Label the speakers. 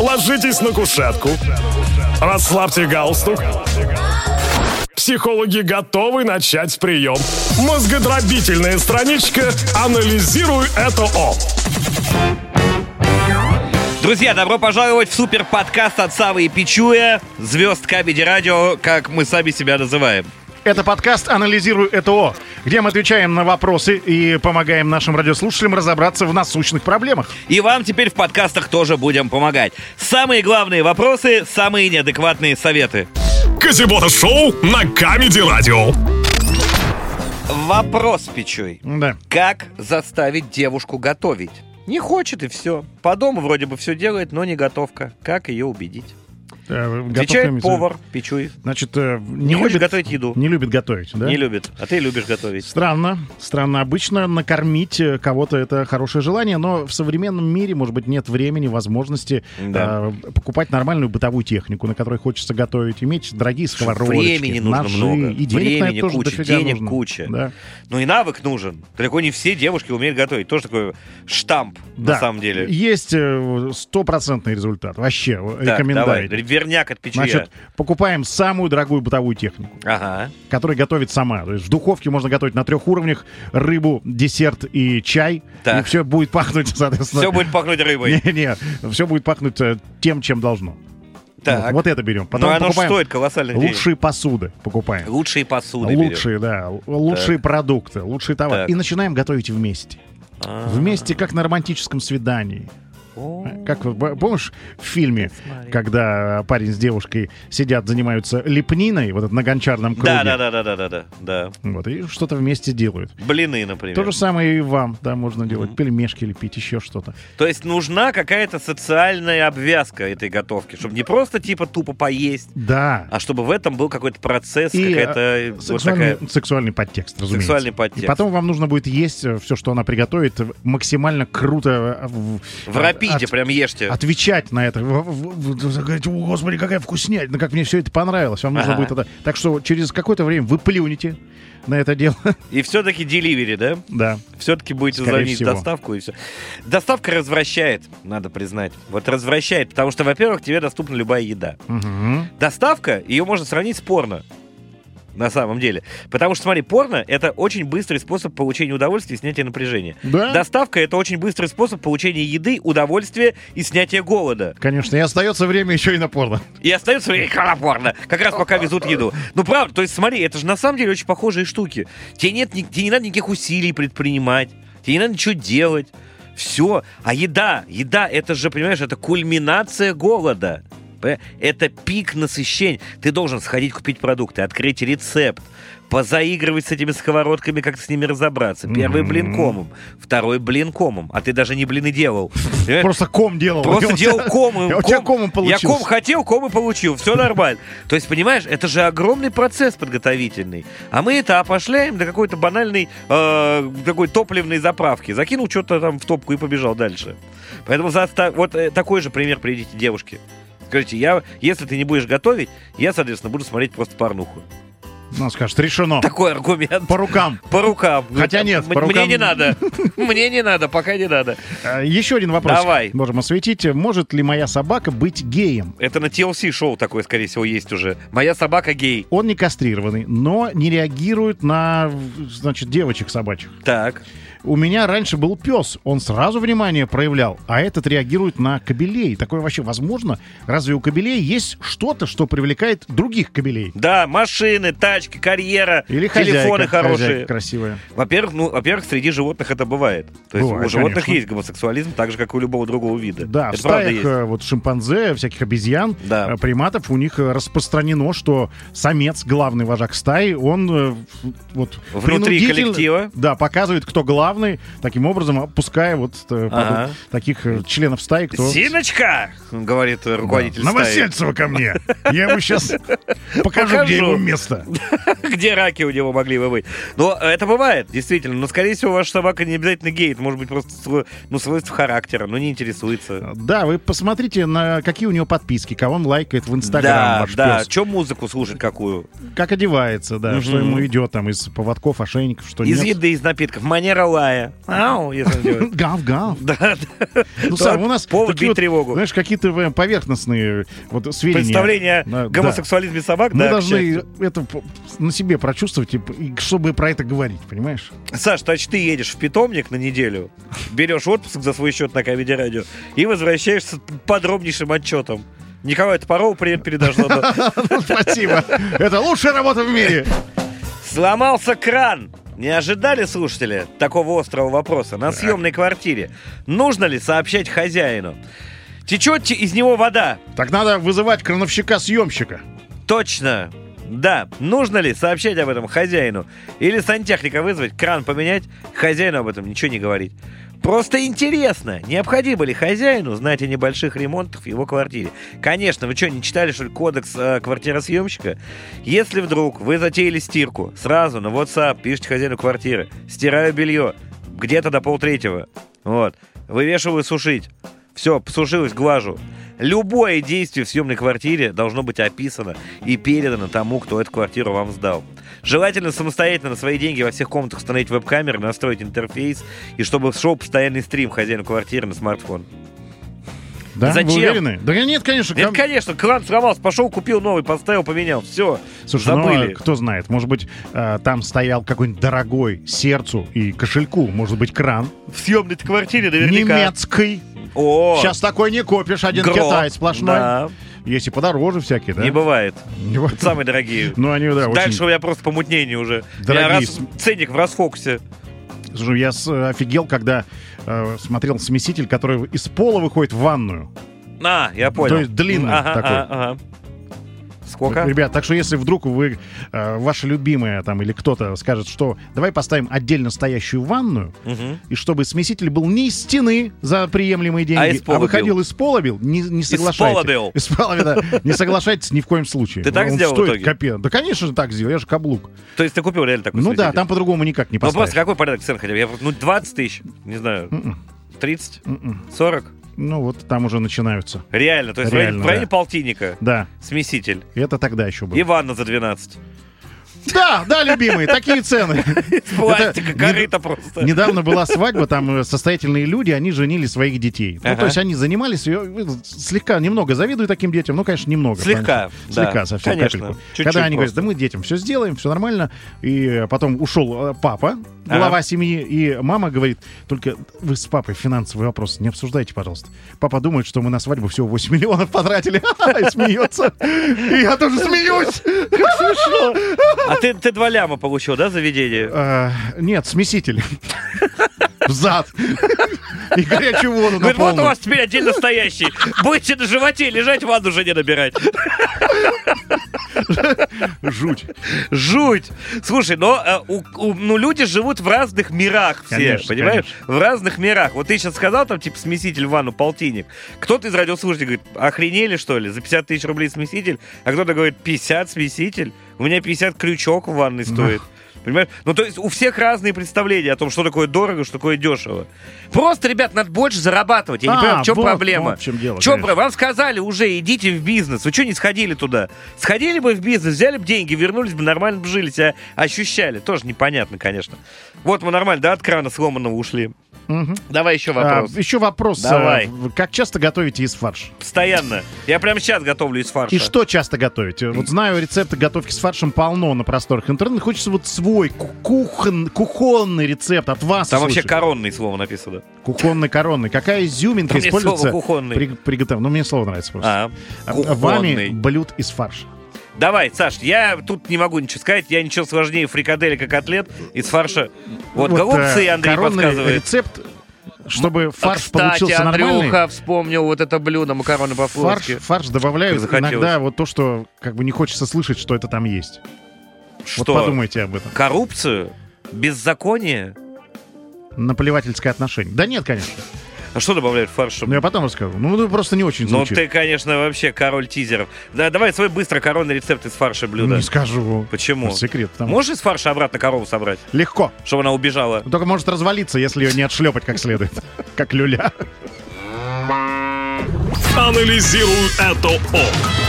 Speaker 1: Ложитесь на кушетку. Расслабьте галстук. Психологи готовы начать прием. Мозгодробительная страничка «Анализируй это О».
Speaker 2: Друзья, добро пожаловать в супер подкаст от Савы и Пичуя, звезд Кабеди Радио, как мы сами себя называем.
Speaker 3: Это подкаст «Анализирую ЭТО», где мы отвечаем на вопросы и помогаем нашим радиослушателям разобраться в насущных проблемах.
Speaker 2: И вам теперь в подкастах тоже будем помогать. Самые главные вопросы, самые неадекватные советы.
Speaker 1: Казибота Шоу на Камеди Радио.
Speaker 2: Вопрос, Пичуй.
Speaker 3: Да.
Speaker 2: Как заставить девушку готовить? Не хочет и все. По дому вроде бы все делает, но не готовка. Как ее убедить?
Speaker 3: Э,
Speaker 2: Отвечает повар Пичуй.
Speaker 3: Значит, э, не,
Speaker 2: Не хочешь
Speaker 3: любит,
Speaker 2: готовить еду?
Speaker 3: не любит готовить, да?
Speaker 2: Не любит. А ты любишь готовить.
Speaker 3: Странно, странно. Обычно накормить э, кого-то это хорошее желание, но в современном мире, может быть, нет времени, возможности
Speaker 2: Да.
Speaker 3: э, покупать нормальную бытовую технику, на которой хочется готовить, иметь дорогие сковородочки,
Speaker 2: Времени нужно
Speaker 3: ножи,
Speaker 2: много.
Speaker 3: и денег на
Speaker 2: Времени
Speaker 3: это тоже
Speaker 2: куча,
Speaker 3: дофига
Speaker 2: денег
Speaker 3: нужно.
Speaker 2: куча.
Speaker 3: Да.
Speaker 2: Ну и навык нужен. Далеко не все девушки умеют готовить. Тоже такой штамп,
Speaker 3: Да.
Speaker 2: на самом деле.
Speaker 3: Есть э, стопроцентный результат. Вообще, э,
Speaker 2: Так, давай,
Speaker 3: рекомендаю.
Speaker 2: верняк от печи.
Speaker 3: Значит, покупаем самую дорогую бытовую технику,
Speaker 2: Ага.
Speaker 3: которая готовит сама. То есть в духовке можно готовить на трех уровнях рыбу, десерт и чай.
Speaker 2: Так.
Speaker 3: И все будет пахнуть, соответственно.
Speaker 2: Все будет пахнуть рыбой.
Speaker 3: Не-не, все будет пахнуть э, тем, чем должно.
Speaker 2: Так.
Speaker 3: Вот, вот это берем. Потом
Speaker 2: Но оно ж
Speaker 3: покупаем
Speaker 2: стоит колоссальных денег.
Speaker 3: лучшие посуды. Покупаем.
Speaker 2: Лучшие
Speaker 3: А,
Speaker 2: посуды.
Speaker 3: лучшие, да. л- Лучшие продукты, лучшие товары.
Speaker 2: Так.
Speaker 3: И начинаем готовить вместе.
Speaker 2: А,
Speaker 3: Вместе, как на романтическом свидании. Как вот, б- помнишь в фильме, когда парень с девушкой сидят, занимаются лепниной, вот это на гончарном круге.
Speaker 2: Да, да, да, да, да, да, да, да.
Speaker 3: Вот, и что-то вместе делают.
Speaker 2: Блины, например.
Speaker 3: То же самое и вам, да, можно делать. Пельмешки лепить, еще что-то.
Speaker 2: То есть нужна какая-то социальная обвязка этой готовки, чтобы не просто типа тупо поесть,
Speaker 3: Да.
Speaker 2: а чтобы в этом был какой-то процесс,
Speaker 3: И,
Speaker 2: какая-то
Speaker 3: э,
Speaker 2: вот
Speaker 3: сексуальный,
Speaker 2: такая
Speaker 3: сексуальный подтекст, разумеется.
Speaker 2: сексуальный
Speaker 3: И
Speaker 2: подтекст.
Speaker 3: потом вам нужно будет есть все, что она приготовит, э, максимально круто э, в- а,
Speaker 2: в рапиде
Speaker 3: от-
Speaker 2: прям ешьте.
Speaker 3: отвечать на это. В- в- в- Говорить, о, господи, какая вкуснятина, как мне все это понравилось. Вам нужно
Speaker 2: Ага.
Speaker 3: будет это... Так что через какое-то время вы плюнете на это дело.
Speaker 2: И все-таки деливери, да?
Speaker 3: да.
Speaker 2: Все-таки будете
Speaker 3: Скорее
Speaker 2: звонить
Speaker 3: всего.
Speaker 2: доставку и все. Доставка развращает, надо признать. Вот развращает, потому что, во-первых, тебе доступна любая еда.
Speaker 3: Мгм.
Speaker 2: Доставка, ее можно сравнить с порно. На самом деле. Потому что, смотри, порно — это очень быстрый способ получения удовольствия и снятия напряжения.
Speaker 3: Да?
Speaker 2: Доставка — это очень быстрый способ получения еды, удовольствия и снятия голода.
Speaker 3: Конечно. И остается время еще и на порно.
Speaker 2: И остается время на порно, как раз пока везут еду. Ну, правда, то есть смотри, это же на самом деле очень похожие штуки. Тебе, нет, ни- тебе не надо никаких усилий предпринимать, тебе не надо ничего делать. Все. А еда, еда, это же, понимаешь, это кульминация голода. Поня- Это пик насыщения. Ты должен сходить купить продукты, открыть рецепт, позаигрывать с этими сковородками, как с ними разобраться. Первый блин комом, второй блин комом. А ты даже не блины делал. Понимаешь?
Speaker 3: Просто ком делал.
Speaker 2: Э, Просто делал ком. и
Speaker 3: Я у тебя
Speaker 2: ком-
Speaker 3: комом
Speaker 2: Я
Speaker 3: получился.
Speaker 2: ком хотел, ком и получил. Все нормально. То есть, понимаешь, это же огромный процесс подготовительный. А мы это опошляем до какой-то банальной э, такой топливной заправки. Закинул что-то там в топку и побежал дальше. Поэтому заста- вот э, такой же пример приведите девушке. Скажите, я, если ты не будешь готовить, я, соответственно, буду смотреть просто порнуху.
Speaker 3: Ну, скажет, решено.
Speaker 2: Такой аргумент.
Speaker 3: По рукам.
Speaker 2: По рукам.
Speaker 3: Хотя нет,
Speaker 2: М-
Speaker 3: по
Speaker 2: Мне
Speaker 3: рукам-
Speaker 2: не надо. Мне не надо, пока не надо.
Speaker 3: А, Еще один вопрос.
Speaker 2: Давай.
Speaker 3: Можем осветить. Может ли моя собака быть геем?
Speaker 2: Это на TLC-шоу такое, скорее всего, есть уже. «Моя собака гей».
Speaker 3: Он не кастрированный, но не реагирует на, значит, девочек собачьих.
Speaker 2: Так.
Speaker 3: У меня раньше был пес, он сразу внимание проявлял, а этот реагирует на кобелей. Такое вообще возможно? Разве у кобелей есть что-то, что привлекает других кобелей?
Speaker 2: Да, машины, тачки, карьера,
Speaker 3: Или хозяйка,
Speaker 2: телефоны хорошие.
Speaker 3: хозяйка красивая.
Speaker 2: Во-первых, ну, во-первых, среди животных это бывает. То есть
Speaker 3: Бывает,
Speaker 2: у животных
Speaker 3: конечно.
Speaker 2: есть гомосексуализм, так же, как и у любого другого вида.
Speaker 3: Да,
Speaker 2: это
Speaker 3: в
Speaker 2: правда
Speaker 3: стаях
Speaker 2: есть.
Speaker 3: э, вот шимпанзе, всяких обезьян,
Speaker 2: Да.
Speaker 3: э, приматов, у них э, распространено, что самец, главный вожак стаи, он э, в- вот
Speaker 2: Внутри
Speaker 3: принудитель-
Speaker 2: коллектива.
Speaker 3: Да, показывает, кто главный, таким образом опуская вот э,
Speaker 2: Ага.
Speaker 3: потом таких э, членов стаи, кто...
Speaker 2: Зиночка, говорит э, руководитель стаи.
Speaker 3: Новосельцева ко мне. Я ему сейчас покажу,
Speaker 2: Покажу.
Speaker 3: где его место.
Speaker 2: Где раки у него могли бы быть? Но э, это бывает, действительно. Но, скорее всего, ваша собака не обязательно гей. Это может быть просто свой- ну, свойство характера, но не интересуется.
Speaker 3: Да, вы посмотрите, на какие у него подписки, кого он лайкает в Инстаграм,
Speaker 2: да,
Speaker 3: ваш
Speaker 2: да.
Speaker 3: пес.
Speaker 2: Че музыку слушать какую?
Speaker 3: Как одевается, да, что
Speaker 2: Мгм.
Speaker 3: ему идет там из поводков, ошейников, что
Speaker 2: из
Speaker 3: нет.
Speaker 2: еды, из напитков. Манера Гавайя. Ау, если он делает.
Speaker 3: Гав-гав.
Speaker 2: Да, да. То
Speaker 3: Ну, Сам, у нас
Speaker 2: повод
Speaker 3: такие
Speaker 2: бить
Speaker 3: вот,
Speaker 2: тревогу.
Speaker 3: Знаешь, какие-то э, поверхностные вот сведения.
Speaker 2: Представление
Speaker 3: Да,
Speaker 2: о гомосексуализме собак,
Speaker 3: да. Мы
Speaker 2: да, к
Speaker 3: должны
Speaker 2: счастью.
Speaker 3: это п- на себе прочувствовать, и п- и чтобы про это говорить, понимаешь?
Speaker 2: Саш, значит, ты едешь в питомник на неделю, берешь отпуск за свой счет на Камеди Радио и возвращаешься с подробнейшим отчетом. Николай Топоров привет передашь заодно.
Speaker 3: Ну, Спасибо. Это лучшая работа в мире.
Speaker 2: Сломался кран! Не ожидали слушатели такого острого вопроса на съемной квартире? Нужно ли сообщать хозяину? Течет те- из него вода?
Speaker 3: Так надо вызывать крановщика-съемщика.
Speaker 2: Точно! Да, нужно ли сообщать об этом хозяину? Или сантехника вызвать, кран поменять, хозяину об этом ничего не говорить? Просто интересно, необходимо ли хозяину знать о небольших ремонтах в его квартире? Конечно, вы что, не читали, что ли, кодекс э, квартиросъемщика? Если вдруг вы затеяли стирку, сразу на WhatsApp пишите хозяину квартиры, стираю белье, где-то до полтретьего, вот, вывешиваю сушить, все, посушилось, глажу. Любое действие в съемной квартире должно быть описано и передано тому, кто эту квартиру вам сдал. Желательно самостоятельно на свои деньги во всех комнатах установить веб-камеры, настроить интерфейс, и чтобы шел постоянный стрим хозяину квартиры на смартфон.
Speaker 3: Да, вы
Speaker 2: Зачем?
Speaker 3: уверены? Да нет, конечно.
Speaker 2: Это,
Speaker 3: там-
Speaker 2: конечно, кран сломался, пошел, купил новый, поставил, поменял. Все,
Speaker 3: Слушай, ну,
Speaker 2: забыли.
Speaker 3: а кто знает, может быть, э, там стоял какой-нибудь дорогой сердцу и кошельку, может быть, кран
Speaker 2: В съемной квартире наверняка.
Speaker 3: немецкий.
Speaker 2: О,
Speaker 3: Сейчас такой не купишь, один
Speaker 2: гро.
Speaker 3: китай сплошной.
Speaker 2: Да,
Speaker 3: Есть и подороже всякие, да?
Speaker 2: не бывает.
Speaker 3: Не бывает.
Speaker 2: Вот Самые дорогие.
Speaker 3: Ну, они, да,
Speaker 2: Дальше
Speaker 3: очень...
Speaker 2: у меня просто помутнение уже. У меня
Speaker 3: Дорогие
Speaker 2: раз-
Speaker 3: см-
Speaker 2: Ценник в расфокусе.
Speaker 3: Слушай, я с- офигел, когда э, смотрел смеситель, который из пола выходит в ванную.
Speaker 2: А, я понял.
Speaker 3: То есть длинный
Speaker 2: Ага,
Speaker 3: такой.
Speaker 2: ага, ага. Сколько?
Speaker 3: Ребят, так что если вдруг вы, э, ваша любимая там или кто-то скажет, что давай поставим отдельно стоящую ванную,
Speaker 2: Мгм.
Speaker 3: и чтобы смеситель был не из стены за приемлемые деньги,
Speaker 2: А из пола
Speaker 3: выходил из пола бил, не, не соглашайтесь.
Speaker 2: пола бил.
Speaker 3: Из пола, да. Не соглашайтесь ни в коем случае.
Speaker 2: Ты так
Speaker 3: Он
Speaker 2: сделал в
Speaker 3: стоит
Speaker 2: итоге?
Speaker 3: копе- Да, конечно же, так сделал. Я же каблук.
Speaker 2: То есть ты купил реально такой
Speaker 3: Ну да,
Speaker 2: смеситель?
Speaker 3: там по-другому никак не
Speaker 2: Ну просто
Speaker 3: поставишь. М-м,
Speaker 2: какой порядок цен хотя бы? Я, вот, ну 20 тысяч, не знаю, 30, 40?
Speaker 3: Ну вот там уже начинаются.
Speaker 2: Реально, то есть в
Speaker 3: Реально,
Speaker 2: районе- в районе
Speaker 3: да.
Speaker 2: полтинника
Speaker 3: Да,
Speaker 2: смеситель
Speaker 3: это тогда еще было.
Speaker 2: и ванна за 12.
Speaker 3: Да, да, любимые, такие цены.
Speaker 2: Из пластика,
Speaker 3: не-
Speaker 2: корыто просто.
Speaker 3: Недавно была свадьба, там э, состоятельные люди, они женили своих детей. Ну,
Speaker 2: Ага.
Speaker 3: то есть они занимались, я, э, слегка, немного завидую таким детям, ну, конечно, немного.
Speaker 2: Слегка,
Speaker 3: потому что-
Speaker 2: да.
Speaker 3: Слегка, совсем
Speaker 2: Конечно,
Speaker 3: капельку.
Speaker 2: чуть-чуть
Speaker 3: Когда они говорят,
Speaker 2: просто.
Speaker 3: да мы детям все сделаем, все нормально, и э, потом ушел э, папа, глава семьи, и мама говорит, только вы с папой финансовый вопрос не обсуждайте, пожалуйста. Папа думает, что мы на свадьбу всего 8 миллионов потратили, и смеется. И я тоже смеюсь. Как смешно.
Speaker 2: А ты, ты два ляма получил, да, заведение?
Speaker 3: Э, Нет, смеситель. Взад. И горячую воду на
Speaker 2: Говорит, вот у
Speaker 3: полную.
Speaker 2: вас теперь отдельно стоящий. Будете на животе лежать, ванну жене набирать.
Speaker 3: Жуть.
Speaker 2: Жуть! Слушай, но э, у- у- ну, люди живут в разных мирах все,
Speaker 3: Конечно,
Speaker 2: понимаешь? В разных мирах. Вот ты сейчас сказал, там, типа, смеситель в ванну, полтинник. Кто-то из радиослушателей говорит, охренели, что ли, за 50 тысяч рублей смеситель? А кто-то говорит, 50 смеситель? У меня 50 крючок в ванной стоит. Понимаешь? Ну, то есть у всех разные представления о том, что такое дорого, что такое дешево. Просто, ребят, надо больше зарабатывать. Я не
Speaker 3: А,
Speaker 2: понимаю, в чем
Speaker 3: вот,
Speaker 2: проблема.
Speaker 3: вот в чем дело,
Speaker 2: Чё
Speaker 3: конечно.
Speaker 2: про- Вам сказали уже, идите в бизнес. Вы что не сходили туда? Сходили бы в бизнес, взяли бы деньги, вернулись бы, нормально бы жили, себя ощущали. Тоже непонятно, конечно. Вот мы нормально, да, от крана сломанного ушли.
Speaker 3: Мгм.
Speaker 2: Давай еще
Speaker 3: А,
Speaker 2: вопрос.
Speaker 3: Еще вопрос.
Speaker 2: Давай.
Speaker 3: э, в- Как часто готовите из фарша?
Speaker 2: Постоянно. Я прямо сейчас готовлю из фарша.
Speaker 3: И что часто готовите? Вот знаю рецепты готовки с фаршем полно на просторах интернета. Хочется вот свой ку- кухон- кухонный рецепт от вас.
Speaker 2: Там вообще
Speaker 3: услышать.
Speaker 2: коронный слово написано.
Speaker 3: Кухонный коронный. Какая изюминка
Speaker 2: Там мне
Speaker 3: используется?
Speaker 2: слово «кухонный».
Speaker 3: при приготов- Ну, мне слово нравится просто.
Speaker 2: А,
Speaker 3: А,
Speaker 2: кухонный.
Speaker 3: Вами блюд из фарша.
Speaker 2: Давай, Саш, я тут не могу ничего сказать. Я ничего сложнее фрикаделек и котлет из фарша. Вот,
Speaker 3: э,
Speaker 2: голубцы Андрей
Speaker 3: коронный
Speaker 2: подсказывает.
Speaker 3: рецепт, чтобы фарш
Speaker 2: Кстати,
Speaker 3: получился нормальный.
Speaker 2: Андрюха вспомнил вот это блюдо макароны
Speaker 3: Фарш,
Speaker 2: по-флотски.
Speaker 3: фарш добавляют
Speaker 2: захотелось.
Speaker 3: иногда вот то, что как бы не хочется слышать, что это там есть.
Speaker 2: Что?
Speaker 3: Вот подумайте об этом.
Speaker 2: коррупцию, беззаконие.
Speaker 3: Наплевательское отношение. Да нет, конечно.
Speaker 2: А что добавляют в фарш?
Speaker 3: Но
Speaker 2: чтобы-
Speaker 3: я потом расскажу. Ну, ну, просто не очень
Speaker 2: Ну
Speaker 3: звучит.
Speaker 2: ты, конечно, вообще король тизеров. Да, давай свой быстро коронный рецепт из фарша блюда.
Speaker 3: Ну, Не скажу.
Speaker 2: Почему?
Speaker 3: Это секрет. потому-
Speaker 2: Можешь из фарша обратно корову собрать,
Speaker 3: Легко.
Speaker 2: чтобы она убежала?
Speaker 3: Но Только может развалиться, если ее не отшлепать как следует. Как люля.
Speaker 1: Анализируй это ок.